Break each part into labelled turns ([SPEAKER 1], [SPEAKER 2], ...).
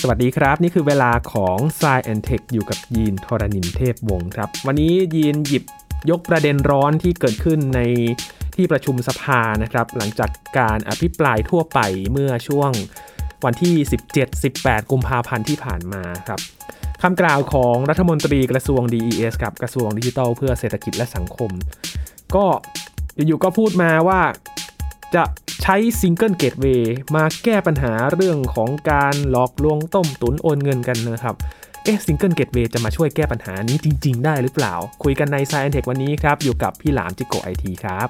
[SPEAKER 1] สวัสดีครับ นี่คือเวลาของ s ซแอนเทคอยู่กับยีนทรณินเทพวงศ์ครับ วันนี้ยีนหยิบยกประเด็นร้อนที่เกิดขึ้นในที่ประชุมสภานะครับ หลังจากการอภิปรายทั่วไปเมื่อช่วงวันที่ 17-18 กุมภาพันธ์ที่ผ่านมาครับคำกล่าวของรัฐมนตรีกระทรวง DES กับกระทรวงดิจิทัลเพื่อเศรษฐกิจและสังคม ก็อยู่ๆก็พูดมาว่าจะใช้ซิงเกิลเกตเวย์มาแก้ปัญหาเรื่องของการหลอกลวงต้มตุนโอนเงินกันนะครับ เอ๊ะซิงเกิลเกตเวย์จะมาช่วยแก้ปัญหานี้จริง ๆ ได้หรือเปล่า คุยกันใน s ซ i e n t e c h วันนี้ครับ อยู่กับพี่หลามจิโกไอทีครับ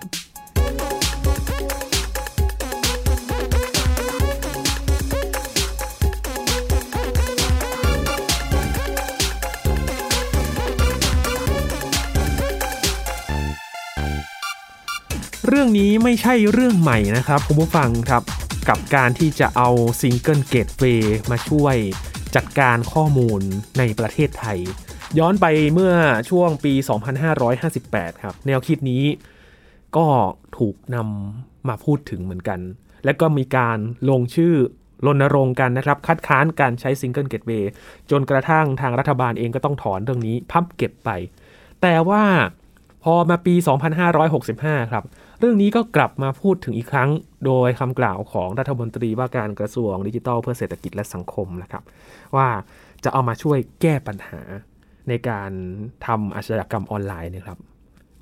[SPEAKER 1] เรื่องนี้ไม่ใช่เรื่องใหม่นะครับคุณผู้ฟังครับ กับการที่จะเอาซิงเกิลเกตเวย์มาช่วยจัดการข้อมูลในประเทศไทย ย้อนไปเมื่อช่วงปี 2558 ครับ แนวคิดนี้ก็ถูกนำมาพูดถึงเหมือนกัน และก็มีการลงชื่อรณรงค์กันนะครับ คัดค้านการใช้ซิงเกิลเกตเวย์จนกระทั่งทางรัฐบาลเองก็ต้องถอนเรื่องนี้พับเก็บไป แต่ว่าพอมาปี 2565 ครับ เรื่องนี้ก็กลับมาพูดถึงอีกครั้ง โดยคำกล่าวของรัฐมนตรีว่าการกระทรวงดิจิทัลเพื่อเศรษฐกิจและสังคมนะครับ ว่าจะเอามาช่วยแก้ปัญหาในการทำอาชญากรรมออนไลน์นะครับ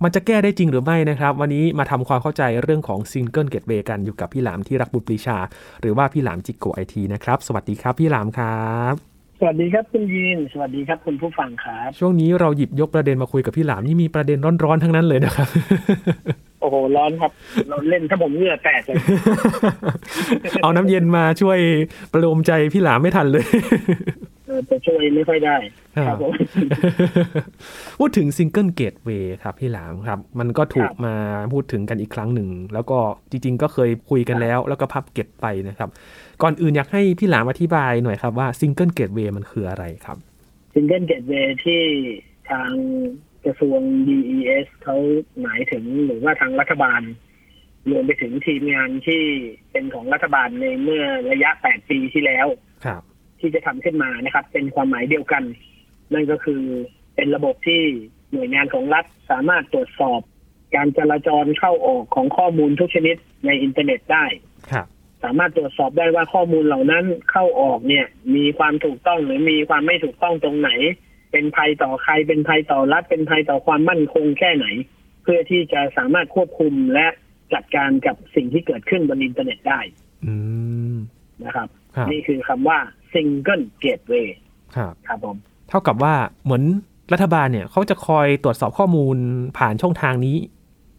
[SPEAKER 1] มันจะแก้ได้จริงหรือไม่นะครับ วันนี้มาทำความเข้าใจเรื่องของซิงเกิลเกตเวกันอยู่กับพี่หลามที่รักบุตรปรีชา หรือว่าพี่หลามจิกโกไอทีนะครับสวัสดีครับพี่หลามครับ
[SPEAKER 2] สวัสดีครับคุณยีน สวัสดีครับคุณผู้ฟังครับ
[SPEAKER 1] ช่วงนี้เราหยิบยกประเด็นมาคุยกับพี่หลามนี่มีประเด็นร้อนๆทั้งนั้นเลยนะครับ
[SPEAKER 2] โอ้โห ร้อนครับ เราเล่นถ้าผมเหงื่อแตกเลย
[SPEAKER 1] เอาน้ำเย็นมาช่วยประโลมใจพี่หลามไม่ทันเลย
[SPEAKER 2] เออจะช่วยไม่ค่อยได้ครับผม
[SPEAKER 1] พูดถึงซิงเกิลเกตเวย์ครับพี่หลามครับ มันก็ถูก
[SPEAKER 2] ครับ
[SPEAKER 1] มาพูดถึงกันอีกครั้งหนึ่ง แล้วก็จริง ๆ ก็เคยคุยกันแล้ว แล้วก็พับเก็บไปนะครับ ก่อนอื่นอยากให้พี่หลามอธิบายหน่อยครับว่าซิงเกิลเกตเวย์มันคืออะไรครับ
[SPEAKER 2] ซิงเกิลเกตเวที่ทางกระทรวง DES เขาหมายถึงหรือว่าทางรัฐบาล รวมไปถึงทีมงานที่เป็นของรัฐบาลในเมื่อระยะ 8 ปีที่แล้ว
[SPEAKER 1] ครับ
[SPEAKER 2] ที่จะทำขึ้นมานะครับ เป็นความหมายเดียวกัน นั่นก็คือเป็นระบบที่หน่วยงานของรัฐสามารถตรวจสอบ การจราจรเข้าออกของข้อมูลทุกชนิดในอินเทอร์เน็ตได้
[SPEAKER 1] ครับ
[SPEAKER 2] สามารถตรวจสอบได้ว่าข้อมูลเหล่านั้นเข้าออกเนี่ย มีความถูกต้องหรือมีความไม่ถูกต้องตรงไหน เป็นภัยต่อใครเป็นภัยต่อรัฐ เป็นภัยต่อความมั่นคงแค่ไหน เพื่อที่จะสามารถควบคุมและจัดการกับสิ่งที่เกิดขึ้นบนอินเทอร์เน็ตได้
[SPEAKER 1] อืม
[SPEAKER 2] นะครับ
[SPEAKER 1] ครับ
[SPEAKER 2] นี่คือคำว่า single gateway
[SPEAKER 1] ครับ
[SPEAKER 2] ครับผม
[SPEAKER 1] เท่ากับว่าเหมือนรัฐบาลเนี่ยเขาจะคอยตรวจสอบข้อมูลผ่านช่องทางนี้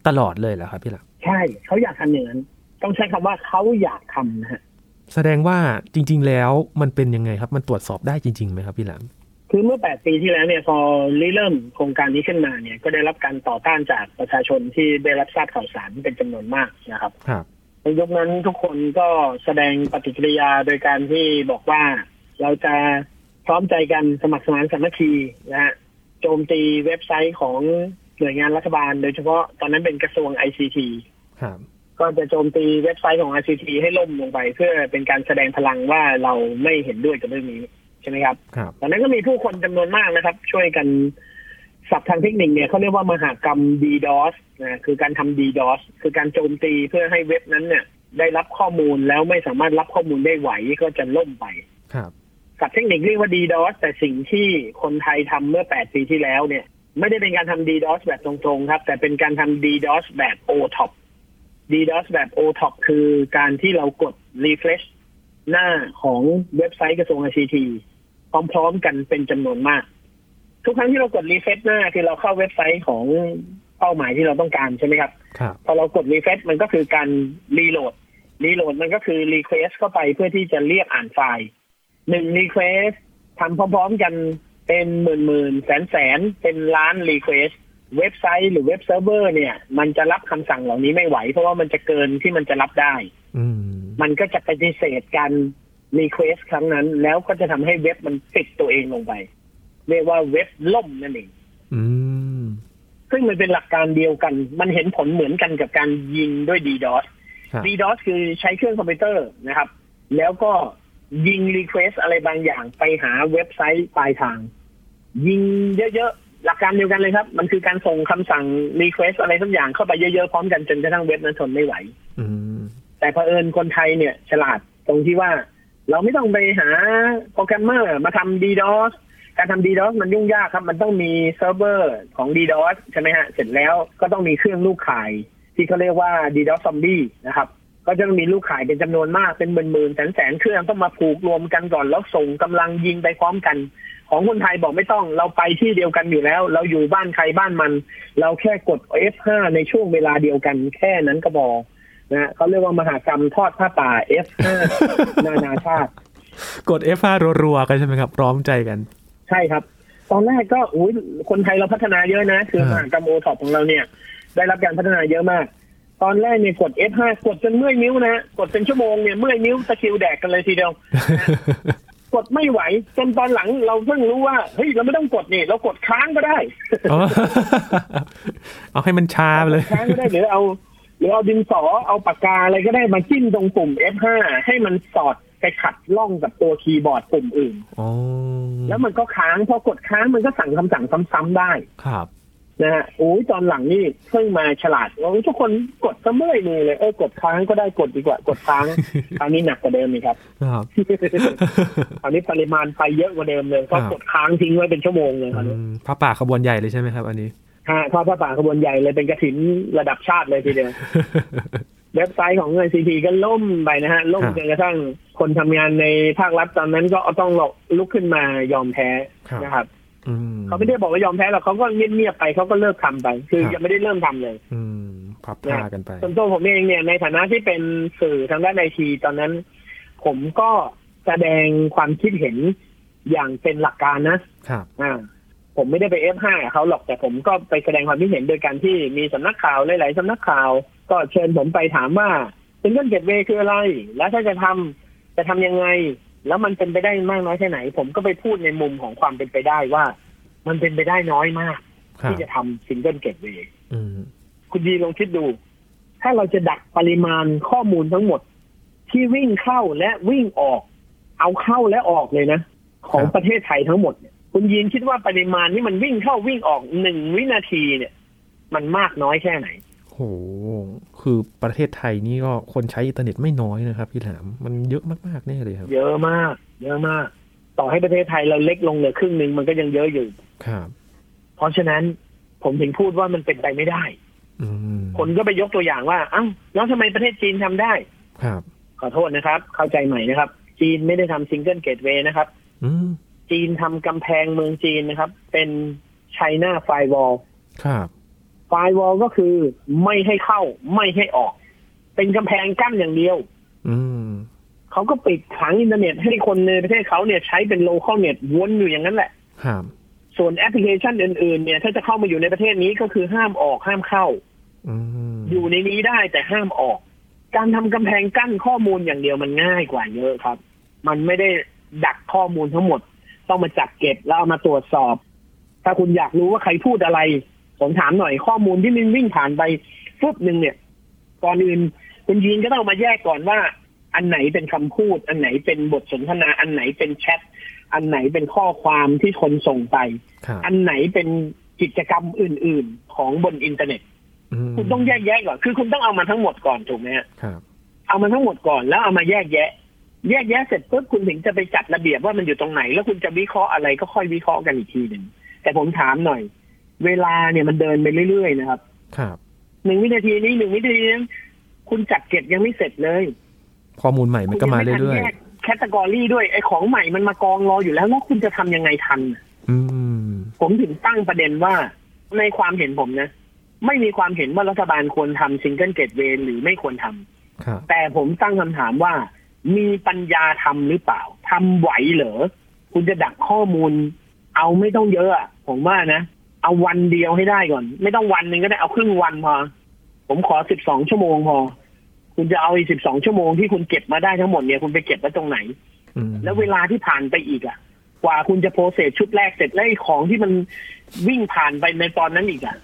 [SPEAKER 1] ตลอดเลยเหรอครับพี่หลัก
[SPEAKER 2] ใช่เขาอยากทำอย่างนั้นต้องใช้คำว่าเขาอยากทำนะฮะ
[SPEAKER 1] แสดงว่าจริง ๆ แล้วมันเป็นยังไงครับ มันตรวจสอบได้จริงๆไหมครับพี่หลัก
[SPEAKER 2] คือเมื่อ 8 ปีที่แล้วเนี่ยพอริเริ่มโครงการนี้ขึ้นมาเนี่ย ก็ได้รับการต่อต้านจากประชาชนที่ได้รับทราบข่าวสารเป็นจำนวนมากนะครับ
[SPEAKER 1] ครับ
[SPEAKER 2] ในยุคนั้นทุกคนก็แสดงปฏิกิริยาโดยการที่บอกว่า เราจะพร้อมใจกันสมัครสมานสามัคคีนะฮะโจมตีเว็บไซต์ของหน่วยงานรัฐบาล โดยเฉพาะตอนนั้นเป็นกระทรวง ICT
[SPEAKER 1] ครับ
[SPEAKER 2] ก็จะโจมตีเว็บไซต์ของ RCT ให้ล่มลงไป เพื่อเป็นการแสดงพลังว่าเราไม่เห็นด้วยกับเรื่องนี้ใช่ไหมครับ
[SPEAKER 1] ครับ
[SPEAKER 2] ตอนนั้นก็มีผู้คนจำนวนมากนะครับ ช่วยกันศัพท์ทางเทคนิคเนี่ยเขาเรียกว่ามหากรรม DDoS นะคือการทำ DDoS คือการโจมตีเพื่อให้เว็บนั้นเนี่ย ได้รับข้อมูลแล้วไม่สามารถรับข้อมูลได้ไหวก็จะล่มไป
[SPEAKER 1] ครับ
[SPEAKER 2] ศัพท์เทคนิคเรียกว่า DDoS แต่สิ่งที่คนไทยทำเมื่อ 8 ปีที่แล้วเนี่ย ไม่ได้เป็นการทำ DDoS แบบตรงๆ ครับ แต่เป็นการทำ DDoS แบบ OTOP DDoS แบบ OTOP คือการที่เรากด refresh หน้าของเว็บไซต์กระทรวง ICT พร้อมๆกันเป็นจำนวนมาก ทุกครั้งที่เรากด refresh หน้าคือเราเข้าเว็บไซต์ของเป้าหมายที่เราต้องการใช่ไหมครับ
[SPEAKER 1] ครับ
[SPEAKER 2] พอเรากด refresh มันก็คือการรีโหลด รีโหลดมันก็คือ request เข้าไปเพื่อที่จะเรียกอ่านไฟล์หนึ่ง request ทำพร้อมๆกันเป็นหมื่นหมื่นแสนแสนๆ เป็นล้าน request เว็บไซต์หรือเว็บเซิร์ฟเวอร์เนี่ย มันจะรับคำสั่งเหล่านี้ไม่ไหว เพราะว่ามันจะเกินที่มันจะรับได้
[SPEAKER 1] อืม
[SPEAKER 2] มันก็จะปฏิเสธการ request ครั้งนั้น แล้วก็จะทำให้เว็บมันปิดตัวเองลงไป เรียกว่าเว็บล่มนั่นเอง
[SPEAKER 1] อืม
[SPEAKER 2] ซึ่งมันเป็นหลักการเดียวกัน มันเห็นผลเหมือนกันกับการยิงด้วย DDoS
[SPEAKER 1] ครับ
[SPEAKER 2] DDoS คือใช้เครื่องคอมพิวเตอร์นะครับ แล้วก็ ยิงรีเควสอะไรบางอย่างไปหาเว็บไซต์ปลายทาง ยิงเยอะๆ หลักการเดียวกันเลยครับ มันคือการส่งคำสั่งรีเควสอะไรสักอย่างเข้าไปเยอะๆ พร้อมกันจนกระทั่งเว็บนั้นทนไม่ไหว
[SPEAKER 1] อืม
[SPEAKER 2] แต่เผอิญคนไทยเนี่ย ฉลาดตรงที่ว่า เราไม่ต้องไปหาโปรแกรมเมอร์มาทำ DDoS การทำ DDoS มันยุ่งยากครับ มันต้องมีเซิร์ฟเวอร์ของ DDoS ใช่ไหมฮะ เสร็จแล้วก็ต้องมีเครื่องลูกข่าย ที่เขาเรียกว่า DDoS zombie นะครับ ก็จะมีลูกข่ายเป็นจำนวนมากเป็นหมื่นๆแสนๆเครื่องต้องมาผูกรวมกันก่อนแล้วส่งกำลังยิงไปพร้อมกัน ของคนไทยบอกไม่ต้องเราไปที่เดียวกันอยู่แล้ว เราอยู่บ้านใครบ้านมัน เราแค่กด F5 ในช่วงเวลาเดียวกัน แค่นั้นก็พอนะฮะเขาเรียกว่ามหากรรมทอดผ้าป่า F5 นานาชาติ
[SPEAKER 1] กด F5 รัวๆกันใช่ไหมครับ พร้อมใจกัน
[SPEAKER 2] ใช่ครับ ตอนแรกก็อุ้ยคนไทยเราพัฒนาเยอะนะ คือ
[SPEAKER 1] อ่า
[SPEAKER 2] มหากรรมโอท็อปของเราเนี่ย ได้รับการพัฒนาเยอะมาก ตอนแรกเนี่ยกด F5 กดจนเมื่อยนิ้วนะ กดเป็นชั่วโมงเนี่ยเมื่อยนิ้วตะคริวแดกกันเลยทีเดียว กดไม่ไหวจนตอนหลังเราเพิ่งรู้ว่าเฮ้ยเราไม่ต้องกดนี่ เรากดค้างก็ได้
[SPEAKER 1] อ๋อ เอาให้มันชาไปเลย
[SPEAKER 2] ค้างก็ได้หรือเอา หรือเอาดินสอเอาปากกาอะไรก็ได้มาจิ้มตรงปุ่ม F5 ให้มันสอดไปขัดล่องกับตัวคีย์บอร์ดปุ่มอื่น
[SPEAKER 1] อ๋อ
[SPEAKER 2] แล้วมันก็ค้างพอกดค้างมันก็สั่งคำสั่งซ้ำๆได้
[SPEAKER 1] ครับ
[SPEAKER 2] นะฮะโอ้ยตอนหลังนี่เพิ่งมาฉลาดว่าทุกคนกดก็เมื่อยมือเลยเออกดค้างก็ได้กดดีกว่ากด ค้าง คราวนี้หนักกว่าเดิมอีกครับ
[SPEAKER 1] ครับ
[SPEAKER 2] คราวนี้ปริมาณไปเยอะกว่าเดิมเลยก็
[SPEAKER 1] ครับ
[SPEAKER 2] กดค้างทิ้งไว้เป็นชั่วโมงเลยคราว
[SPEAKER 1] อื
[SPEAKER 2] นี้
[SPEAKER 1] มพระป่าขบวนใหญ่เลยใช่ไหมครับ อันนี้
[SPEAKER 2] ฮะทอดผ้าป่าขบวนใหญ่เลยเป็นกระถินระดับชาติเลยทีเดียว เว็บไซต์ของเงินซีพีก็ล่มไปนะฮะล่ม
[SPEAKER 1] ครับ
[SPEAKER 2] จนกระทั่งคนทำงานในภาครัฐตอนนั้นก็ต้องลุกขึ้นมายอมแพ้
[SPEAKER 1] ครับ
[SPEAKER 2] นะครับ
[SPEAKER 1] อืม
[SPEAKER 2] เขาไม่ได้บอกว่ายอมแพ้หรอกเขาก็เงียบๆไปเขาก็เลิกทำไป คือ
[SPEAKER 1] ครับ
[SPEAKER 2] ยังไม่ได้เริ่มทำเลย
[SPEAKER 1] อืมพับผ้ากันไป
[SPEAKER 2] ส่วนตัวผมเองเนี่ยในฐานะที่เป็นสื่อทางด้านไอทีตอนนั้น ผมก็แสดงความคิดเห็นอย่างเป็นหลักการนะครับ อ่าผมไม่ได้ไป F5 กับเขาหรอกแต่ผมก็ไปแสดงความคิดเห็นโดยการที่มีสำนักข่าวหลายๆสำนักข่าว ก็เชิญผมไปถามว่าซิงเกิลเกตเวคืออะไร แล้วถ้าจะทำจะทำยังไง แล้วมันเป็นไปได้มากน้อยแค่ไหน ผมก็ไปพูดในมุมของความเป็นไปได้ว่า มันเป็นไปได้น้อยมาก
[SPEAKER 1] ครับ
[SPEAKER 2] ที่จะทำซิงเกิลเกตเว
[SPEAKER 1] อืม
[SPEAKER 2] คุณดีลองคิดดู ถ้าเราจะดักปริมาณข้อมูลทั้งหมด ที่วิ่งเข้าและวิ่งออก เอาเข้าและออกเลยนะ ของ
[SPEAKER 1] ครับ
[SPEAKER 2] ประเทศไทยทั้งหมดเนี่ยคุณยีนคิดว่าปริมาณที่มันวิ่งเข้าวิ่งออกหนึ่งวินาทีเนี่ย มันมากน้อยแค่ไหน
[SPEAKER 1] โห คือประเทศไทยนี่ก็คนใช้อินเทอร์เน็ตไม่น้อยนะครับพี่หลาม มันเยอะมากๆแน่เลยครับ
[SPEAKER 2] เยอะมาก เยอะมาก ต่อให้ประเทศไทยเราเล็กลงเหลือครึ่งหนึ่งมันก็ยังเยอะอยู่
[SPEAKER 1] ครับ
[SPEAKER 2] เพราะฉะนั้นผมถึงพูดว่ามันเป็นไปไม่ได้
[SPEAKER 1] อืม
[SPEAKER 2] คนก็ไปยกตัวอย่างว่าเอ้าแล้วทำไมประเทศจีนทำได้
[SPEAKER 1] ครับ
[SPEAKER 2] ขอโทษนะครับ เข้าใจใหม่นะครับ จีนไม่ได้ทำซิงเกิลเกตเวย์นะครับ
[SPEAKER 1] อืม
[SPEAKER 2] จีนทำกำแพงเมืองจีนนะครับ เป็นไชน่าไฟวอล
[SPEAKER 1] ครับ
[SPEAKER 2] ไฟวอลก็คือไม่ให้เข้าไม่ให้ออก เป็นกำแพงกั้นอย่างเดียว
[SPEAKER 1] อืม
[SPEAKER 2] เขาก็ปิดขังอินเทอร์เน็ตให้คนในประเทศเขาเนี่ยใช้เป็นโลเคอลเน็ตวนอยู่อย่างนั้นแหละ
[SPEAKER 1] ครับ
[SPEAKER 2] ส่วนแอปพลิเคชันอื่นๆเนี่ยถ้าจะเข้ามาอยู่ในประเทศนี้ก็คือห้ามออกห้ามเข้า
[SPEAKER 1] อืม
[SPEAKER 2] อยู่ในนี้ได้แต่ห้ามออก การทำกำแพงกั้นข้อมูลอย่างเดียวมันง่ายกว่าเยอะครับ มันไม่ได้ดักข้อมูลทั้งหมด ต้องมาจับเก็บแล้วเอามาตรวจสอบ ถ้าคุณอยากรู้ว่าใครพูดอะไร ผมถามหน่อยข้อมูลที่มันวิ่งผ่านไปฟึบหนึ่งเนี่ย ก่อนอื่นคุณยีนก็ต้องมาแยกก่อนว่า อันไหนเป็นคำพูด อันไหนเป็นบทสนทนา อันไหนเป็นแชทอันไหนเป็นข้อความที่คนส่งไป
[SPEAKER 1] ครับ
[SPEAKER 2] อันไหนเป็นกิจกรรมอื่น ๆ ของบนอินเทอร์เน็ต
[SPEAKER 1] ม
[SPEAKER 2] คุณต้องแยกแยะก่อน คือคุณต้องเอามาทั้งหมดก่อนถูกไหมฮะ
[SPEAKER 1] ครับ
[SPEAKER 2] เอามาทั้งหมดก่อนแล้วเอามาแยกแยะ แยกแยะเสร็จปุ๊บคุณถึงจะไปจัดระเบียบว่ามันอยู่ตรงไหน แล้วคุณจะวิเคราะห์อะไรก็ค่อยวิเคราะห์กันอีกทีหนึ่ง แต่ผมถามหน่อย เวลาเนี่ยมันเดินไปเรื่อยๆนะครับ
[SPEAKER 1] ครับ
[SPEAKER 2] หนึ่งวินาทีนี้หนึ่งวินาทีนั้นคุณจัดเก็บยังไม่เสร็จเลย
[SPEAKER 1] ข้อมูลใหม่มันก็มาเรื่อย
[SPEAKER 2] ๆแคตตากรีด้วยไอ้ของใหม่มันมากองรออยู่แล้วแล้วคุณจะทำยังไงทัน
[SPEAKER 1] ๆ อืม
[SPEAKER 2] ผมถึงตั้งประเด็นว่าในความเห็นผมนะ ไม่มีความเห็นว่ารัฐบาลควรทำซิงเกิลเกตเวหรือไม่ควรทำ
[SPEAKER 1] ครับ
[SPEAKER 2] แต่ผมตั้งคำถามว่า มีปัญญาทำหรือเปล่าทำไหวเหรอ คุณจะดักข้อมูล เอาไม่ต้องเยอะอะผมว่านะ เอาวันเดียวให้ได้ก่อน ไม่ต้องวันหนึ่งก็ได้เอาครึ่งวันพอ ผมขอสิบสองชั่วโมงพอ คุณจะเอาอีสิบสองชั่วโมงที่คุณเก็บมาได้ทั้งหมดเนี่ยคุณไปเก็บไว้ตรงไหน
[SPEAKER 1] อืม
[SPEAKER 2] แล้วเวลาที่ผ่านไปอีกอะกว่าคุณจะโปรเซสชุดแรกเสร็จแล้วไอ้ของที่มันวิ่งผ่านไปในตอนนั้นอีกอะ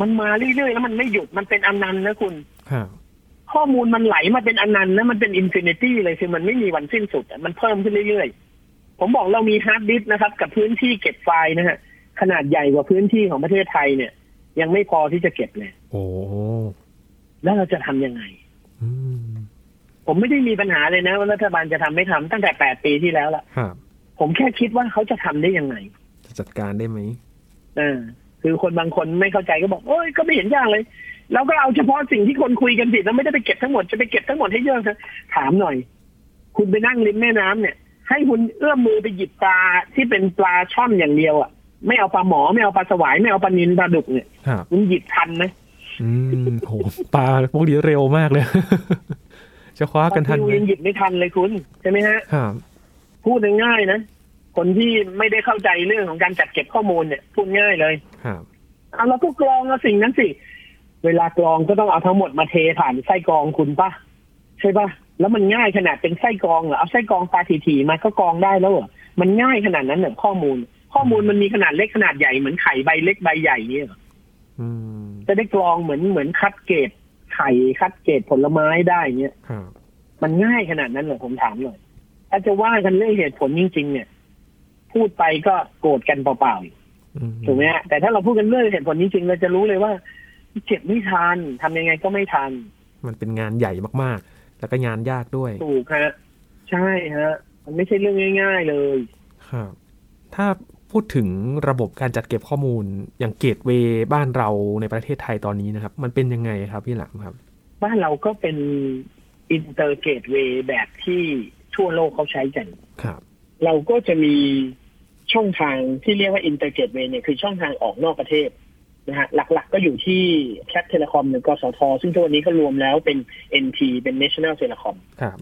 [SPEAKER 2] มันมาเรื่อยๆแล้วมันไม่หยุดมันเป็นอนันต์นะคุณ
[SPEAKER 1] ครับ
[SPEAKER 2] ข้อมูลมันไหลมาเป็นอนันต์นะมันเป็นอินฟินิตี้เลยคือมันไม่มีวันสิ้นสุดอะมันเพิ่มขึ้นเรื่อยๆ ผมบอกเรามีฮาร์ดดิสก์นะครับ กับพื้นที่เก็บไฟล์นะฮะขนาดใหญ่กว่าพื้นที่ของประเทศไทยเนี่ย ยังไม่พอที่จะเก็บเลย
[SPEAKER 1] โอ้โห
[SPEAKER 2] แล้วเราจะทำยังไง
[SPEAKER 1] อืม
[SPEAKER 2] ผมไม่ได้มีปัญหาเลยนะว่ารัฐบาลจะทำไม่ทำตั้งแต่ 8 ปีที่แล้วละ
[SPEAKER 1] ครับ
[SPEAKER 2] ผมแค่คิดว่าเขาจะทำได้ยังไง
[SPEAKER 1] จะจัดการได้ไหม
[SPEAKER 2] เออคือคนบางคนไม่เข้าใจก็บอก โอ้ยก็ไม่เห็นยากเลย แล้วก็เอาเฉพาะสิ่งที่คนคุยกันผิดแล้วไม่ได้ไปเก็บทั้งหมดจะไปเก็บทั้งหมดให้เยอะเถอะถามหน่อย คุณไปนั่งริมแม่น้ำเนี่ย ให้คุณเอื้อมมือไปหยิบปลาที่เป็นปลาช่อนอย่างเดียวอ่ะไม่เอาปลาหมอไม่เอาปลาสวายไม่เอาปลานิลปลาดุกเนี่ย
[SPEAKER 1] ครับ
[SPEAKER 2] คุณหยิบทันไหม
[SPEAKER 1] อืมโหปลาพวกนี้เร็วมากเลย จะคว้ากันทันไหม
[SPEAKER 2] คุณยังหยิบไม่ทันเลยคุณใช่ไหมฮะ
[SPEAKER 1] ครับ
[SPEAKER 2] พูดง่ายๆนะ คนที่ไม่ได้เข้าใจเรื่องของการจัดเก็บข้อมูลเนี่ยพูดง่ายเลย
[SPEAKER 1] ครับ
[SPEAKER 2] เอาเราก็กรองเอาสิ่งนั้นสิ เวลากรองก็ต้องเอาทั้งหมดมาเทผ่านไส้กรองคุณปะใช่ปะแล้วมันง่ายขนาดเป็นไส้กรองเหรอเอาไส้กรองปลาถี่ๆมาก็กรองได้แล้วเหรอมันง่ายขนาดนั้นเหรอข้อมูล ข้อมูลมันมีขนาดเล็กขนาดใหญ่เหมือนไข่ใบเล็กใบใหญ่เนี่ยเหรอ
[SPEAKER 1] อืม
[SPEAKER 2] จะได้กรองเหมือนเหมือนคัดเกรดไข่คัดเกรดผลไม้ได้เนี่ย
[SPEAKER 1] ครับ
[SPEAKER 2] มันง่ายขนาดนั้นเหรอผมถามหน่อยถ้าจะว่ากันเรื่องเหตุผลจริง ๆ เนี่ย พูดไปก็โกรธกันเปล่าๆ
[SPEAKER 1] อืม
[SPEAKER 2] ถูกไหมฮะแต่ถ้าเราพูดกันเรื่องเหตุผลนี้จริงเราจะรู้เลยว่าเก็บไม่ทันทำยังไงก็ไม่ทัน
[SPEAKER 1] มันเป็นงานใหญ่มากๆ แล้วก็งานยากด้วย
[SPEAKER 2] ถูกฮะใช่ฮะ มันไม่ใช่เรื่องง่าย ๆ เลย
[SPEAKER 1] ครับถ้าพูดถึงระบบการจัดเก็บข้อมูลอย่างเกตเวบ้านเราในประเทศไทยตอนนี้นะครับ มันเป็นยังไงครับพี่หลามครับ
[SPEAKER 2] บ้านเราก็เป็นอินเตอร์เกตเวย์แบบที่ทั่วโลกเขาใช้กัน
[SPEAKER 1] ครับ
[SPEAKER 2] เราก็จะมีช่องทางที่เรียกว่าอินเตอร์เกตเวย์เนี่ยคือช่องทางออกนอกประเทศนะฮะหลักๆก็อยู่ที่แคทเทเลคอมหรือกสท ซึ่งทุกวันนี้ก็รวมแล้วเป็น NT เป็น National Telecom
[SPEAKER 1] ครับ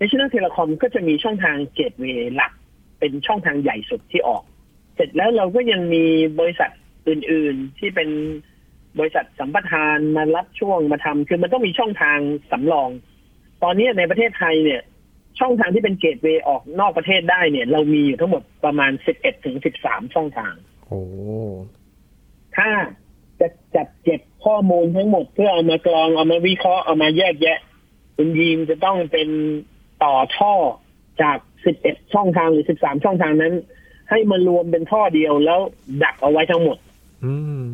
[SPEAKER 2] National Telecom ก็จะมีช่องทางเกตเวย์หลัก เป็นช่องทางใหญ่สุดที่ออก เสร็จแล้วเราก็ยังมีบริษัทอื่นๆ ที่เป็นบริษัทสัมปทานมารับช่วงมาทำคือมันต้องมีช่องทางสำรอง ตอนนี้ในประเทศไทยเนี่ย ช่องทางที่เป็นเกตเวย์ออกนอกประเทศได้เนี่ย เรามีอยู่ทั้งหมดประมาณ 11ถึง13 ช่องทาง
[SPEAKER 1] โอ้
[SPEAKER 2] ถ้าจะจัดเก็บข้อมูลทั้งหมดเพื่อเอามากรองเอามาวิเคราะห์เอามาแยกแยะคุณยีมจะต้องเป็นต่อท่อจาก 11 ช่องทางหรือ 13 ช่องทางนั้น ให้มารวมเป็นท่อเดียวแล้วดักเอาไว้ทั้งหมด
[SPEAKER 1] อืม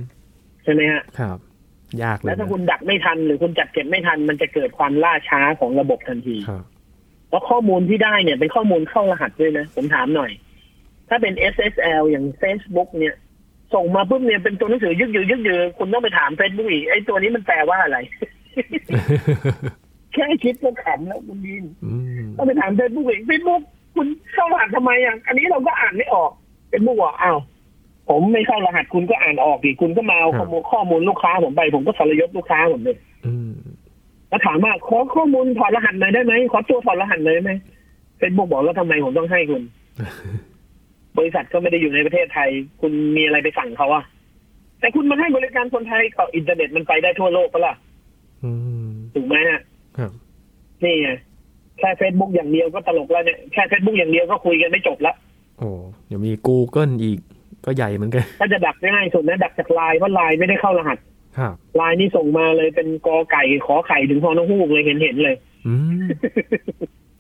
[SPEAKER 2] ใช่ไหมฮะ
[SPEAKER 1] ครับ ยากเลย
[SPEAKER 2] แล้วถ้า
[SPEAKER 1] นะ
[SPEAKER 2] คุณดักไม่ทันหรือคุณจัดเก็บไม่ทัน มันจะเกิดความล่าช้าของระบบทันที
[SPEAKER 1] ครับ
[SPEAKER 2] เพราะข้อมูลที่ได้เนี่ยเป็นข้อมูลเข้ารหัสด้วยนะ ผมถามหน่อย ถ้าเป็น SSL อย่าง Facebook เนี่ย ส่งมาปุ๊บเนี่ยเป็นตัวหนังสือยึกยือยึกยือคุณต้องไปถาม Facebook อีกไอ้ตัวนี้มันแปลว่าอะไร แค่คิดก็ขำแล้วคุณดิน
[SPEAKER 1] อืม
[SPEAKER 2] ต้องไปถาม Facebook อีก Facebook คุณเข้ารหัสทำไมอ่ะอันนี้เราก็อ่านไม่ออก Facebook บอกอ้าวผมไม่เข้ารหัสคุณก็อ่านออกดิคุณก็มาเอาข้อมูลข้อมูลลูกค้าผมไป ผมก็สารยศลูกค้าผมเลย
[SPEAKER 1] อืม
[SPEAKER 2] แล้วถามว่าขอข้อมูลถอดรหัสหน่อยได้ไหมขอตัวถอดรหัสหน่อยได้ไหมเฟซบุ๊กบอกแล้วทำไมผมต้องให้คุณ บริษัทก็ไม่ได้อยู่ในประเทศไทย คุณมีอะไรไปสั่งเขาอะแต่คุณมาให้บริการคนไทยก็อินเทอร์เน็ตมันไปได้ทั่วโลกปะล่ะ
[SPEAKER 1] อืม
[SPEAKER 2] ถูกไหมฮะ
[SPEAKER 1] ครับ
[SPEAKER 2] นี่ไงแค่เฟซบุ๊กอย่างเดียวก็ตลกแล้วเนี่ยแค่เฟซบุ๊กอย่างเดียวก็คุยกันไม่จบละ
[SPEAKER 1] โอ้เดี๋ยวมี Google อีกก็ใหญ่เหมือนกัน
[SPEAKER 2] ถ้าจะดักง่ายสุดนะดักจากไลน์เพราะไลน์ไม่ได้เข้ารหัส
[SPEAKER 1] ครับ
[SPEAKER 2] ไลน์นี่ส่งมาเลยเป็นกอไก่ขอไข่ถึงพอนกฮูกเลยเห็นเห็นๆเลย
[SPEAKER 1] อืม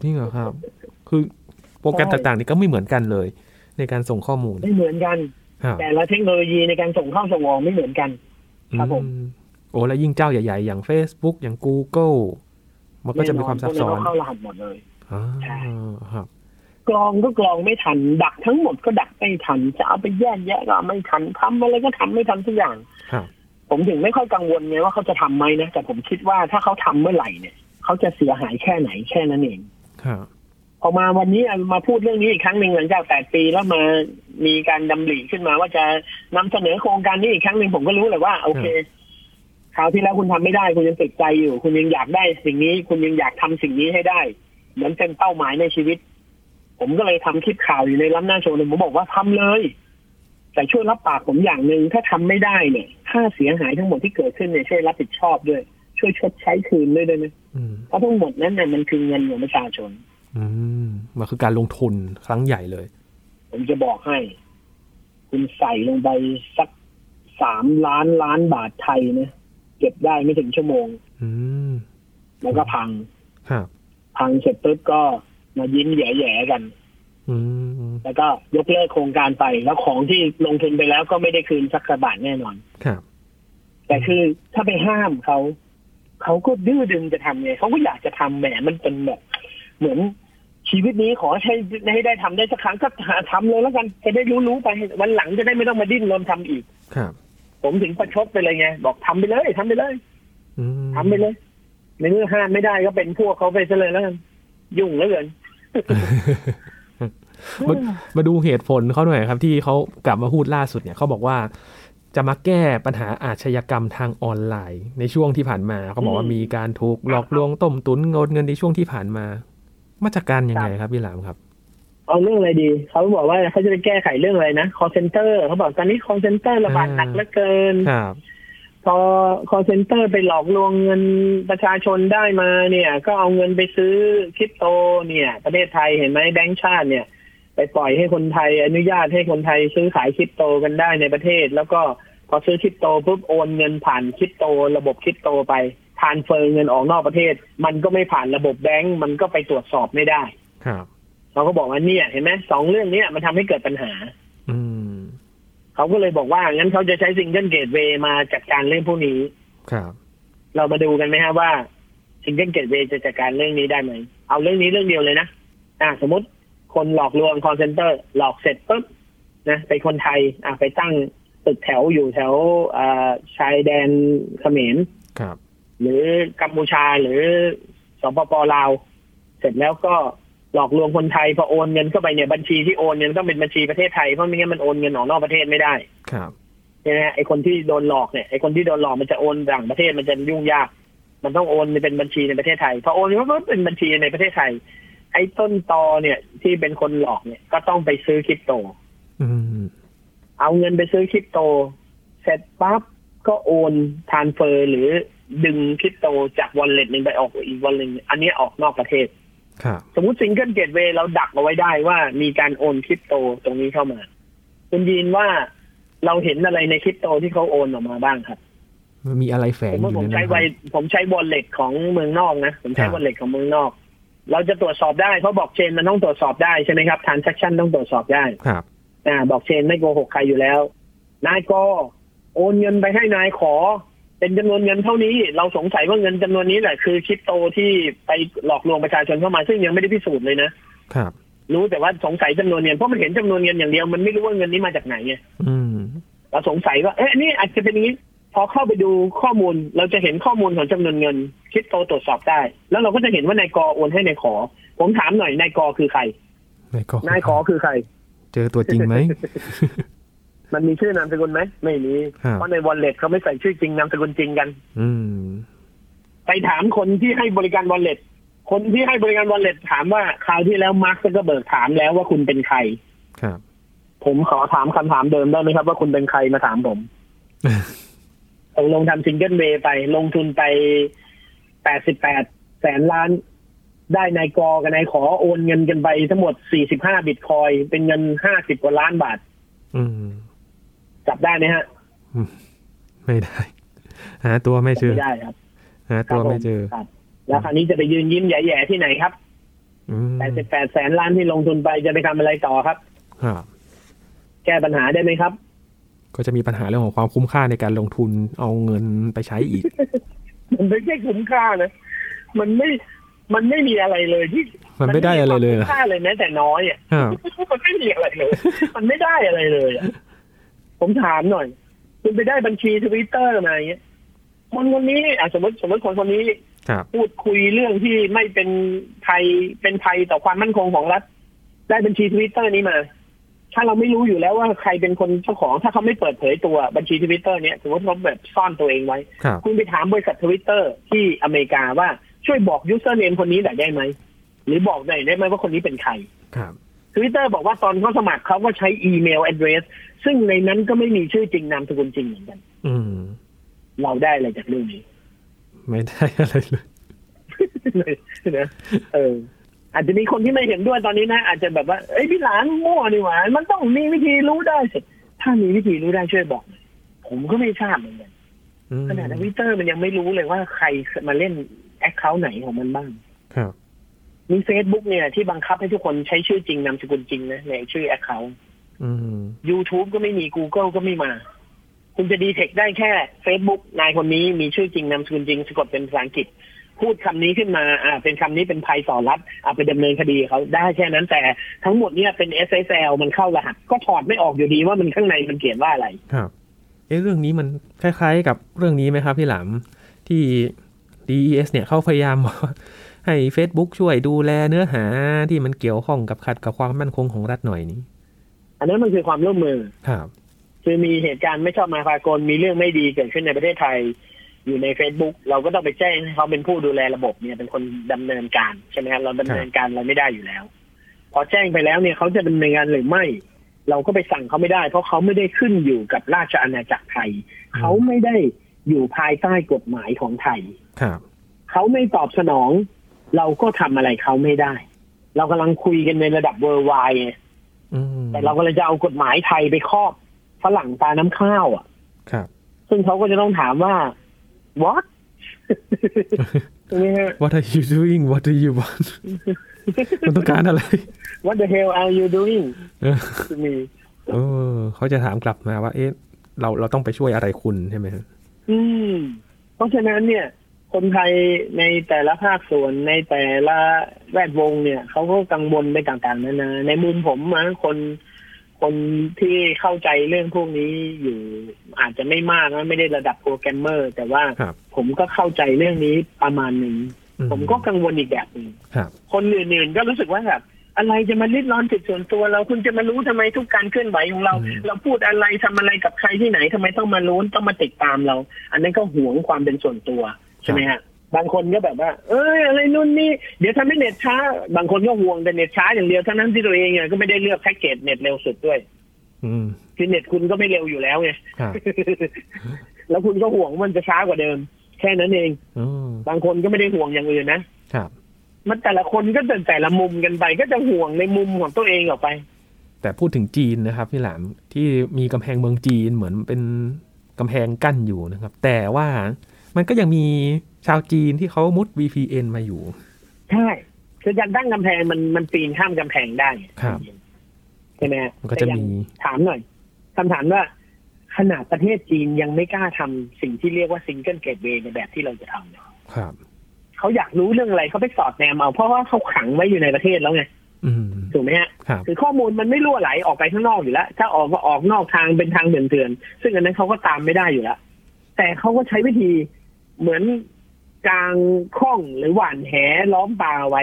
[SPEAKER 1] จริงเหรอครับ คือโปรแกรมต่างๆนี่ก็ไม่เหมือนกันเลย ในการส่งข้อมูล
[SPEAKER 2] ไม่เหมือนกัน
[SPEAKER 1] ครับ
[SPEAKER 2] แต่ละเทคโนโลยีในการส่งเข้าส่งออกไม่เหมือนกัน ครับผม
[SPEAKER 1] อืโอ้แล้วยิ่งเจ้าใหญ่ๆ อย่าง Facebook อย่าง Google มันก็จะมีความซับซ้อน
[SPEAKER 2] แนพวกเราเข้ารหัสหมดเลย
[SPEAKER 1] อ่าครับ
[SPEAKER 2] กรองก็กรองไม่ทัน ดักทั้งหมดก็ดักไม่ทัน จะเอาไปแยกแยะก็ไม่ทันทำอะไรก็ทำไม่ทันทุกอย่าง
[SPEAKER 1] ครับ
[SPEAKER 2] ผมถึงไม่ค่อยกังวลไงว่าเขาจะทำไหมนะแต่ผมคิดว่าถ้าเขาทำเมื่อไหร่เนี่ย เขาจะเสียหายแค่ไหนแค่นั้นเอง
[SPEAKER 1] ครับ
[SPEAKER 2] พอมาวันนี้มาพูดเรื่องนี้อีกครั้งหนึ่งหลังจากแปดปีแล้วมามีการดำริขึ้นมาว่าจะนำเสนอโครงการนี้อีกครั้งหนึ่งผมก็รู้เลยว่า โอเคคราวที่แล้วคุณทำไม่ได้คุณยังติดใจอยู่ คุณยังอยากได้สิ่งนี้ คุณยังอยากทำสิ่งนี้ให้ได้ เหมือนเป็นเป้าหมายในชีวิต ผมก็เลยทำคลิปข่าวอยู่ในล้ำหน้าโชว์หนึ่งผมบอกว่าทำเลย แต่ช่วยรับปากผมอย่างหนึ่งถ้าทำไม่ได้เนี่ยค่าเสียหายทั้งหมดที่เกิดขึ้นเนี่ยช่วยรับผิดชอบด้วย ช่วยชดใช้คืนด้วยได้ไหม
[SPEAKER 1] อืม
[SPEAKER 2] เพราะทั้งหมดนั้นเนี่ยมันคือเงินของประชาชน
[SPEAKER 1] อืม มันคือการลงทุนครั้งใหญ่เลย
[SPEAKER 2] ผมจะบอกให้ คุณใส่ลงไปสักสามล้านล้านบาทไทยนะเก็บได้ไม่ถึงชั่วโมง
[SPEAKER 1] อืม
[SPEAKER 2] แล้วก็พัง
[SPEAKER 1] ครับ
[SPEAKER 2] พังเสร็จปุ๊บก็มายิ้มแย่ๆกัน
[SPEAKER 1] อืมอืม
[SPEAKER 2] แล้วก็ยกเลิกโครงการไป แล้วของที่ลงทุนไปแล้วก็ไม่ได้คืนสักกระบาทแน่นอน
[SPEAKER 1] ครับ
[SPEAKER 2] แต่คือถ้าไปห้ามเขา เขาก็ดื้อดึงจะทำไงเขาก็อยากจะทำแหมมันเป็นแบบ เหมือนชีวิตนี้ขอให้ให้ได้ทำได้สักครั้งก็หาทำเลยแล้วกันจะได้รู้ๆไปวันหลังจะได้ไม่ต้องมาดิ้นรนทำอีก
[SPEAKER 1] ครับ
[SPEAKER 2] ผมถึงประชดไปเลยไงบอกทำไปเลยทำไปเลย
[SPEAKER 1] อืม
[SPEAKER 2] ทำไปเลยในเมื่อห้ามไม่ได้ก็เป็นพวกเขาไปซะเลยแล้วกันยุ่งแล้วเกิน
[SPEAKER 1] มามาดูเหตุผลเขาหน่อยครับที่เขากลับมาพูดล่าสุดเนี่ยเขาบอกว่า จะมาแก้ปัญหาอาชญากรรมทางออนไลน์ ในช่วงที่ผ่านมาเขาบอกว่า
[SPEAKER 2] อืม
[SPEAKER 1] มีการถูกหลอกลวงต้มตุนเงินเงินในช่วงที่ผ่านมา มาจากการยังไงครับพี่หลามครับ
[SPEAKER 2] เอาเรื่องอะไรดี เขาบอกว่าเขาจะไปแก้ไขเรื่องอะไรนะ call center เขาบอกตอนนี้ call center ระบาดหนักเหลือเกิน
[SPEAKER 1] ครับ
[SPEAKER 2] พอ call center ไปหลอกลวงเงินประชาชนได้มาเนี่ย ก็เอาเงินไปซื้อคริปโตเนี่ย ประเทศไทยเห็นไหมแบงก์ชาติเนี่ย ไปปล่อยให้คนไทยอนุญาตให้คนไทยซื้อขายคริปโตกันได้ในประเทศ แล้วก็พอซื้อคริปโตปุ๊บโอนเงินผ่านคริปโต ระบบคริปโตไปทานเฟอร์เงินออกนอกประเทศ มันก็ไม่ผ่านระบบแบงก์มันก็ไปตรวจสอบไม่ได้
[SPEAKER 1] ครับ
[SPEAKER 2] เราก็บอกว่าเนี่ยเห็นไหมสองเรื่องเนี้ยมันทำให้เกิดปัญหา
[SPEAKER 1] อืม
[SPEAKER 2] เขาก็เลยบอกว่า งั้นเขาจะใช้ซิงเกิลเกตเวย์มาจัดการเรื่องพวกนี้
[SPEAKER 1] ครับ
[SPEAKER 2] เรามาดูกันไหมฮะว่าซิงเกิลเกตเวย์จะจัดการเรื่องนี้ได้ไหม เอาเรื่องนี้เรื่องเดียวเลยนะอ่ะสมมติคนหลอกลวงคอนเซนเตอร์หลอกเสร็จปุ๊บนะไปนคนไทยอ่ะไปตั้งตึกแถวอยู่แถวอ่าชายแดนเขมร
[SPEAKER 1] ครับ
[SPEAKER 2] หรือกัมพูชาหรือสปปลาว เสร็จแล้วก็หลอกลวงคนไทยพอโอนเงินเข้าไปเนี่ยบัญชีที่โอนเงินต้องเป็นบัญชีประเทศไทยเพราะไม่งั้นมันโอนเงินออกนอกประเทศไม่ได้
[SPEAKER 1] ครับ
[SPEAKER 2] ใช่ไหมฮะไอคนที่โดนหลอกเนี่ยไอคนที่โดนหลอกมันจะโอนต่างประเทศมันจะยุ่งยาก มันต้องโอนเป็นบัญชีในประเทศไทยพอโอนมันก็เป็นบัญชีในประเทศไทย ไอ้ต้นตอเนี่ยที่เป็นคนหลอกเนี่ยก็ต้องไปซื้อคริปโต
[SPEAKER 1] อืม
[SPEAKER 2] เอาเงินไปซื้อคริปโต เสร็จปั๊บก็โอนทานเฟอร์หรือดึงคริปโตจากวอลเล็ตหนึ่งไปออกอีกวอลเล็ตอันนี้ออกนอกประเทศ
[SPEAKER 1] ครับ
[SPEAKER 2] สมมติซิงเกิลเกตเวย์เราดักเอาไว้ได้ว่ามีการโอนคริปโตตรงนี้เข้ามา คุณยีนว่าเราเห็นอะไรในคริปโตที่เขาโอนออกมาบ้างครับ
[SPEAKER 1] มันมีอะไรแฝ
[SPEAKER 2] ส
[SPEAKER 1] ง
[SPEAKER 2] ม
[SPEAKER 1] อ
[SPEAKER 2] มติ
[SPEAKER 1] ยู่
[SPEAKER 2] ผม
[SPEAKER 1] ใน
[SPEAKER 2] ใช้
[SPEAKER 1] นั้น
[SPEAKER 2] ไว
[SPEAKER 1] ครับ
[SPEAKER 2] ผมใช้วอลเล็ตของเมืองนอกนะ ผมใช้
[SPEAKER 1] ครับ
[SPEAKER 2] วอลเล็ตของเมืองนอก เราจะตรวจสอบได้เพราะบอกเชนมันต้องตรวจสอบได้ใช่ไหมครับทานซัคชันต้องตรวจสอบได้
[SPEAKER 1] ครับ
[SPEAKER 2] อ่าบอกเชนไม่โกหกใครอยู่แล้ว นายกอโอนเงินไปให้นายขอ เป็นจำนวนเงินเท่านี้ เราสงสัยว่าเงินจำนวนนี้แหละคือคริปโตที่ไปหลอกลวงประชาชนเข้ามาซึ่งยังไม่ได้พิสูจน์เลยนะครับ รู้แต่ว่าสงสัยจำนวนเงินเพราะมันเห็นจำนวนเงินอย่างเดียวมันไม่รู้ว่าเงินนี้มาจากไหนไง
[SPEAKER 1] อืม
[SPEAKER 2] เราสงสัยว่าเอ๊ะนี่อาจจะเป็นอย่างนี้ พอเข้าไปดูข้อมูลเราจะเห็นข้อมูลของจำนวนเงินคริปโตตรวจสอบได้ แล้วเราก็จะเห็นว่านายกอโอนให้นายขอ ผมถามหน่อยนายกอคือใคร
[SPEAKER 1] นายขอน
[SPEAKER 2] ายขอคือใคร
[SPEAKER 1] เจอตัวจริงไหม
[SPEAKER 2] มันมีชื่อนามสกุลไหมไม่มี
[SPEAKER 1] ครับ
[SPEAKER 2] เพราะในวอลเล็ตเขาไม่ใส่ชื่อจริงนามสกุลจริงกัน
[SPEAKER 1] อืม
[SPEAKER 2] ไปถามคนที่ให้บริการวอลเล็ตคนที่ให้บริการวอลเล็ตถามว่าคราวที่แล้วมาร์คก็เบิกถามแล้วว่าคุณเป็นใคร
[SPEAKER 1] ครับ
[SPEAKER 2] ผมขอถามคำถามเดิมได้ไหมครับ ว่าคุณเป็นใครมาถามผมตกลงทำซิงเกิลเวย์ไป ลงทุนไป 88 แสนล้าน ได้นายกอกับนายขอโอนเงินกันไปทั้งหมด 45 บิตคอยน์เป็นเงิน 50 กว่าล้านบาท
[SPEAKER 1] อืม
[SPEAKER 2] จับได้ไหมฮะ
[SPEAKER 1] ไม่ได้ หาตัวไม่เจอ
[SPEAKER 2] ไม่ได้ครับ
[SPEAKER 1] หาตัวไม่เจอ
[SPEAKER 2] ครับแล้วคราวนี้จะไปยืนยิ้มแย่ๆที่ไหนครับ
[SPEAKER 1] อืม
[SPEAKER 2] แปดสิบแปดแสนล้านที่ลงทุนไปจะไปทำอะไรต่อครับ
[SPEAKER 1] ครับ
[SPEAKER 2] แก้ปัญหาได้ไหมครับ
[SPEAKER 1] ก็จะมีปัญหาเรื่องของความคุ้มค่าในการลงทุน เอาเงินไปใช้อีก
[SPEAKER 2] มันไม่ใช่คุ้มค่านะมันไม่มันไม่มีอะไรเลยที่
[SPEAKER 1] มันไม่ได้อะไรเลย
[SPEAKER 2] มัน
[SPEAKER 1] เหรอ
[SPEAKER 2] ม่มีค่าเลยแม้แต่น้อยอ่ะ
[SPEAKER 1] ครับ
[SPEAKER 2] มันไม่มีอะไร เลย มันไม่ได้อะไรเลยอะผมถามหน่อย คุณไปได้บัญชีทวิตเตอร์มาอย่างเงี้ยคนคนนี้อ่ะสมมติสมมติคนคนนี้
[SPEAKER 1] ครับ
[SPEAKER 2] พูดคุยเรื่องที่ไม่เป็นภัยเป็นภัยต่อความมั่นคงของรัฐ ได้บัญชีทวิตเตอร์นี้มา ถ้าเราไม่รู้อยู่แล้วว่าใครเป็นคนเจ้าของ ถ้าเขาไม่เปิดเผยตัวบัญชีทวิตเตอร์เนี้ยสมมติเขาแบบซ่อนตัวเองไว้
[SPEAKER 1] ครับ
[SPEAKER 2] คุณไปถามบริษัททวิตเตอร์ที่อเมริกาว่าช่วยบอกยูเซอร์เนมคนนี้หน่อยได้ไหม หรือบอกหน่อยได้ไหมว่าคนนี้เป็นใคร
[SPEAKER 1] ครับ
[SPEAKER 2] ทวิตเตอร์บอกว่าตอนเขาสมัครเขาก็ใช้อีเมล address ซึ่งในนั้นก็ไม่มีชื่อจริงนามสกุลจริงเหมือนกัน
[SPEAKER 1] อืม
[SPEAKER 2] เราได้อะไรจากเรื่องนี้
[SPEAKER 1] ไม่ได้อะไรเลย
[SPEAKER 2] นะเออ อาจจะมีคนที่ไม่เห็นด้วยตอนนี้นะ อาจจะแบบว่าเอ้ยพี่หลานมั่วนี่หว่ามันต้องมีวิธีรู้ได้สิถ้ามีวิธีรู้ได้ช่วยบอกหน่อยผมก็ไม่ทราบเหมือนกัน
[SPEAKER 1] อืม
[SPEAKER 2] ขนาดทวิตเตอร์มันยังไม่รู้เลยว่าใครมาเล่น แอคเคาท์ไหนของมันบ้าง
[SPEAKER 1] ครับ
[SPEAKER 2] มี Facebook เนี่ยที่บังคับให้ทุกคนใช้ชื่อจริงนามสกุลจริงนะในชื่อแอคเคาท์
[SPEAKER 1] อืม
[SPEAKER 2] YouTube ก็ไม่มี Google ก็ไม่มา คุณจะดีเทคได้แค่ Facebook นายคนนี้มีชื่อจริงนามสกุลจริงสะกดเป็นภาษาอังกฤษ พูดคำนี้ขึ้นมา อ่า เป็นคำนี้เป็นภัยต่อรัฐเอาไปดำเนินคดีเขาได้แค่นั้นแต่ทั้งหมดเนี่ยเป็น SSL มันเข้ารหัส ก็ถอดไม่ออกอยู่ดีว่ามันข้างในมันเขียนว่าอะไร
[SPEAKER 1] ครับ เอ๊ะเรื่องนี้มันคล้ายๆกับเรื่องนี้ไหมครับพี่หลามที่ DES เนี่ยเขาพยายามบอกว่าให้ Facebook ช่วยดูแลเนื้อหาที่มันเกี่ยวข้องกับขัดกับความมั่นคงของรัฐหน่อยนี้
[SPEAKER 2] อันนั้นมันคือความร่วมมือ
[SPEAKER 1] ครับ
[SPEAKER 2] คือมีเหตุการณ์ไม่ชอบมาพากลมีเรื่องไม่ดีเกิดขึ้นในประเทศไทย อยู่ใน Facebook เราก็ต้องไปแจ้งให้เขาเป็นผู้ดูแลระบบเนี่ยเป็นคนดำเนินการใช่ไหมครับเราดำเนินการเราไม่ได้อยู่แล้ว พอแจ้งไปแล้วเนี่ยเขาจะดำเนินการหรือไม่ เราก็ไปสั่งเขาไม่ได้ เพราะเขาไม่ได้ขึ้นอยู่กับราชอาณาจักรไทย
[SPEAKER 1] อืม
[SPEAKER 2] เขาไม่ได้อยู่ภายใต้กฎหมายของไทย
[SPEAKER 1] ครับ
[SPEAKER 2] เขาไม่ตอบสนอง เราก็ทำอะไรเขาไม่ได้ เรากำลังคุยกันในระดับ worldwide ไง
[SPEAKER 1] อืม
[SPEAKER 2] แต่เรากำลังจะเอากฎหมายไทยไปครอบฝรั่งตาน้ำข้าวอ่ะ
[SPEAKER 1] ครับ
[SPEAKER 2] ซึ่งเขาก็จะต้องถามว่า what ใช่ไหมฮะ
[SPEAKER 1] What are you doing What do you want มันต้องการอะไร
[SPEAKER 2] what the hell are you doing
[SPEAKER 1] เออ
[SPEAKER 2] คือมี
[SPEAKER 1] เออเขาจะถามกลับมาว่า เอ๊ะ เราเราต้องไปช่วยอะไรคุณใช่ไหมฮะ
[SPEAKER 2] อืม เพราะฉะนั้นเนี่ย คนไทยในแต่ละภาคส่วนในแต่ละแวดวงเนี่ย เขาก็กังวลไปต่างๆนานา ในมุมผมนะคนคนที่เข้าใจเรื่องพวกนี้อยู่อาจจะไม่มากนะไม่ได้ระดับโปรแกรมเมอร์ แต่ว่า
[SPEAKER 1] ครับ
[SPEAKER 2] ผมก็เข้าใจเรื่องนี้ประมาณหนึ่ง
[SPEAKER 1] อื
[SPEAKER 2] ผมก็กังวลอีกแบบหนึ่ง
[SPEAKER 1] ครับ
[SPEAKER 2] คนอื่นๆก็รู้สึกว่าแบบอะไรจะมาลิดรอนสิทธิส่วนตัวเราคุณจะมารู้ทำไมทุกการเคลื่อนไหวของเรา เราพูดอะไรทำอะไรกับใครที่ไหนทำไมต้องมารู้ต้องมาติดตามเรา อันนั้นก็หวงความเป็นส่วนตัวใช่ไหมฮะบางคนก็แบบว่า เอ้ยอะไรนู่นนี่เดี๋ยวทำให้เน็ตช้า บางคนก็ห่วงแต่เน็ตช้าอย่างเดียวทั้งนั้นที่ตัวเองเนี่ยก็ไม่ได้เลือกแพ็กเกจเน็ตเร็วสุดด้วย
[SPEAKER 1] อืม
[SPEAKER 2] คือเน็ตคุณก็ไม่เร็วอยู่ แล้วไง
[SPEAKER 1] ครับ
[SPEAKER 2] แล้วคุณก็ห่วงว่ามันจะช้ากว่าเดิม แค่นั้นเอง
[SPEAKER 1] อื ม
[SPEAKER 2] บางคนก็ไม่ได้ห่วงอย่างอื่นนะ
[SPEAKER 1] ครับ
[SPEAKER 2] มันแต่ละคนก็แต่แต่ละมุมกันไป ก็จะห่วงในมุมของตัวเองออกไป
[SPEAKER 1] แต่พูดถึงจีนนะครับพี่หลามที่มีกำแพงเมืองจีนเหมือนเป็นกำแพงกั้นอยู่นะครับ แต่ว่ามันก็ยังมีชาวจีนที่เขามุด VPN มาอยู่
[SPEAKER 2] ใช่ คือการตั้งกำแพงมันมันปีนข้ามกำแพงได้
[SPEAKER 1] ครับ
[SPEAKER 2] ใช่ไหมฮ
[SPEAKER 1] มันก็จะ
[SPEAKER 2] แต่ยัง
[SPEAKER 1] มี
[SPEAKER 2] ถามหน่อยคำถามว่า ขนาดประเทศจีนยังไม่กล้าทำสิ่งที่เรียกว่าซิงเกิลเกตเวย์ในแบบที่เราจะทำเนี่ย
[SPEAKER 1] ครับ
[SPEAKER 2] เขาอยากรู้เรื่องอะไรเขาไปสอดแนมเอา เพราะว่าเขาขังไว้อยู่ในประเทศแล้วไง
[SPEAKER 1] อืม
[SPEAKER 2] ถูกไหมฮะ
[SPEAKER 1] ครับ
[SPEAKER 2] คือข้อมูลมันไม่รั่วไหลออกไปข้างนอกอยู่แล้ว ถ้าออกก็ออกนอกทางเป็นทางเถื่อนๆซึ่งอันนั้นเขาก็ตามไม่ได้อยู่แล้ว แต่เขาก็ใช้วิธีเหมือนกลางข้องหรือหว่านแหล้อมปลาไว้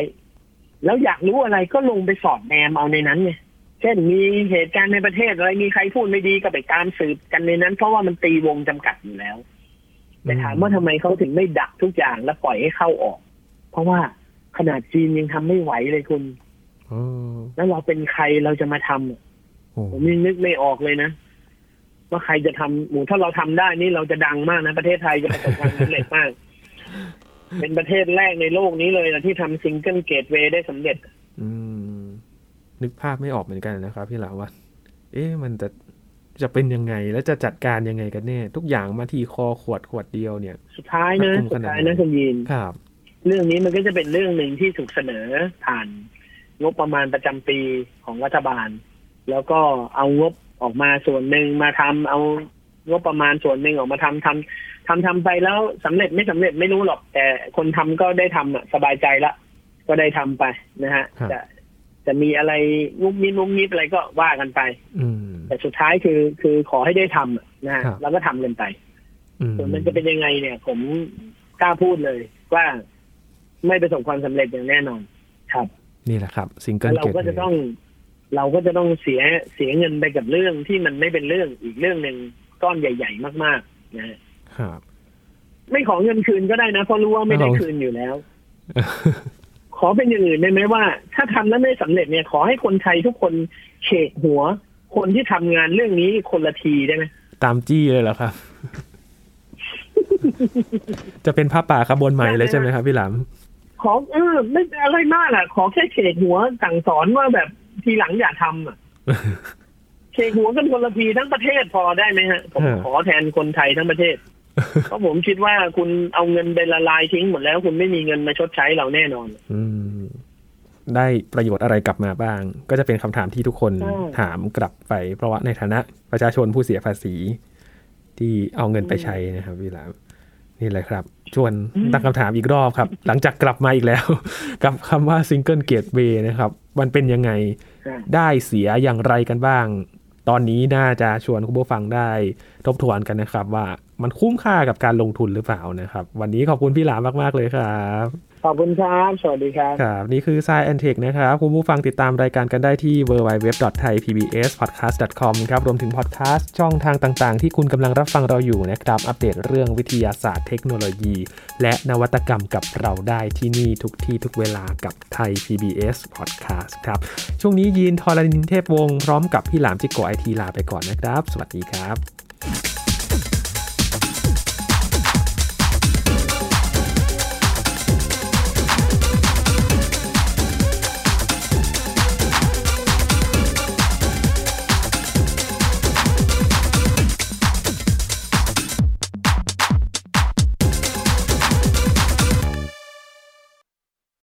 [SPEAKER 2] แล้วอยากรู้อะไรก็ลงไปสอดแนมเอาในนั้นไงเช่นมีเหตุการณ์ในประเทศอะไรมีใครพูดไม่ดีก็ไปตามสืบกันในนั้น เพราะว่ามันตีวงจำกัดอยู่แล้ว แต่ถามว่าทำไมเขาถึงไม่ดักทุกอย่างแล้วปล่อยให้เข้าออก เพราะว่าขนาดจีนยังทำไม่ไหวเลยคุณ
[SPEAKER 1] โอ้
[SPEAKER 2] แล้วเราเป็นใครเราจะมาทำอะ
[SPEAKER 1] โห
[SPEAKER 2] ผมยังนึกไม่ออกเลยนะ ว่าใครจะทำหมูถ้าเราทำได้นี่เราจะดังมากนะ ประเทศไทยจะประสบความสำเร็จ มาก เป็นประเทศแรกในโลกนี้เลยนะที่ทำซิงเกิลเกตเวย์ได้สำเร็จ
[SPEAKER 1] อืมนึกภาพไม่ออกเหมือนกันนะครับพี่หลามว่า เอ๊ะมันจะจะเป็นยังไงแล้วจะจัดการยังไงกันแน่ ทุกอย่างมาทีคอขวดขวดเดียวเนี่ย
[SPEAKER 2] สุดท้ายนะ
[SPEAKER 1] ขอบคุ
[SPEAKER 2] สุ
[SPEAKER 1] ณ
[SPEAKER 2] ด
[SPEAKER 1] ขนาด
[SPEAKER 2] ท้าย
[SPEAKER 1] นั้
[SPEAKER 2] นะ
[SPEAKER 1] น
[SPEAKER 2] คุณยีน
[SPEAKER 1] ครับ
[SPEAKER 2] เรื่องนี้มันก็จะเป็นเรื่องหนึ่งที่ถูกเสนอผ่าน งบประมาณประจำปีของรัฐบาล แล้วก็เอางบออกมาส่วนหนึ่งมาทำเอางบประมาณส่วนหนึ่งออกมาทำทำทำทำไปแล้วสำเร็จไม่สำเร็จไม่รู้หรอก แต่คนทำก็ได้ทำอะสบายใจละก็ได้ทำไปนะฮะ
[SPEAKER 1] ครับ
[SPEAKER 2] จะจะมีอะไรงุ้มนิ้มงุ้มนิ้มอะไรก็ว่ากันไป
[SPEAKER 1] อืม
[SPEAKER 2] แต่สุดท้ายคือคือขอให้ได้ทำอะนะฮะ
[SPEAKER 1] ครับ
[SPEAKER 2] แล้วก็ทำกันไป
[SPEAKER 1] อืม
[SPEAKER 2] ส่วนมันจะเป็นยังไงเนี่ย ผมกล้าพูดเลยว่าไม่ประสบความสำเร็จอย่างแน่นอน ครับ
[SPEAKER 1] นี่แหละครับซิงเกิล
[SPEAKER 2] แล้วเรา
[SPEAKER 1] เกต
[SPEAKER 2] ก็จะต้อง เราก็จะต้องเสียเสียเงินไปกับเรื่องที่มันไม่เป็นเรื่องอีกเรื่องหนึ่งก้อนใหญ่ ๆ มากๆนะฮะ
[SPEAKER 1] ครับ
[SPEAKER 2] ไม่ขอเงินคืนก็ได้นะเพราะรู้ว่าไม่ได้
[SPEAKER 1] ครับ
[SPEAKER 2] คืนอยู่แล้ว ขอเป็นอย่างอื่นได้ไหมว่า ถ้าทำแล้วไม่สำเร็จเนี่ย ขอให้คนไทยทุกคนเฉกหัว คนที่ทำงานเรื่องนี้คนละทีได้ไหม
[SPEAKER 1] ตามจี้เลยเหรอครับ จะเป็นผ้าป่าขบวนใหม่เลยใช่ไหมครับพี่หลาม
[SPEAKER 2] ขอเออไม่อะไรมากอ่ะ ขอแค่เขกหัวสั่งสอนว่าแบบทีหลังอย่าท ำอ่ะ เขกหัวกันคนละทีทั้งประเทศพอได้ไหมฮะผมขอแทนคนไทยทั้งประเทศ เพราะผมคิดว่าคุณเอาเงินไปละลายทิ้งหมดแล้ว คุณไม่มีเงินมาชดใช้เราแน่นอน
[SPEAKER 1] อืมได้ประโยชน์อะไรกลับมาบ้าง ก็จะเป็นคำถามที่ทุกคน
[SPEAKER 2] ใช่
[SPEAKER 1] ถามกลับไป เพราะว่าในฐานะประชาชนผู้เสียภาษี ที่เอาเงินไปใช้นะครับพี่หลามนี่แหละครับ ชวนตั้งคำถามอีกรอบครับ หลังจากกลับมาอีกแล้ว กับคำว่าซิงเกิลเก t เ w ย์นะครับ มันเป็นยังไง
[SPEAKER 2] ใช่
[SPEAKER 1] ได้เสียอย่างไรกันบ้าง ตอนนี้น่าจะชวนคุณผู้ฟังได้ทบทวนกันนะครับ ว่ามันคุ้มค่ากับการลงทุนหรือเปล่านะครับ วันนี้ขอบคุณพี่หลามมาก ๆ เลยครับ
[SPEAKER 2] ขอบคุณครับ สวัสดีครับ
[SPEAKER 1] ครับ นี่คือ s ายแอนเทคนะครับ คุณผู้ฟังติดตามรายการกันได้ที่ www.thaipbspodcast.com ครับรวมถึงพอดแคสต์ช่องทางต่างๆ ที่คุณกำลังรับฟังเราอยู่นะครับ อัปเดตเรื่องวิทยาศาสตร์เทคโนโลยี และนวัตกรรมกับเราได้ที่นี่ทุกที่ทุกเวลากับไทย PBS Podcast ครับ ช่วงนี้ยีนทอรณินเทพวงศ์พร้อมกับพี่หลามจิกโกไอทีลาไปก่อนนะครับ สวัสดีครับ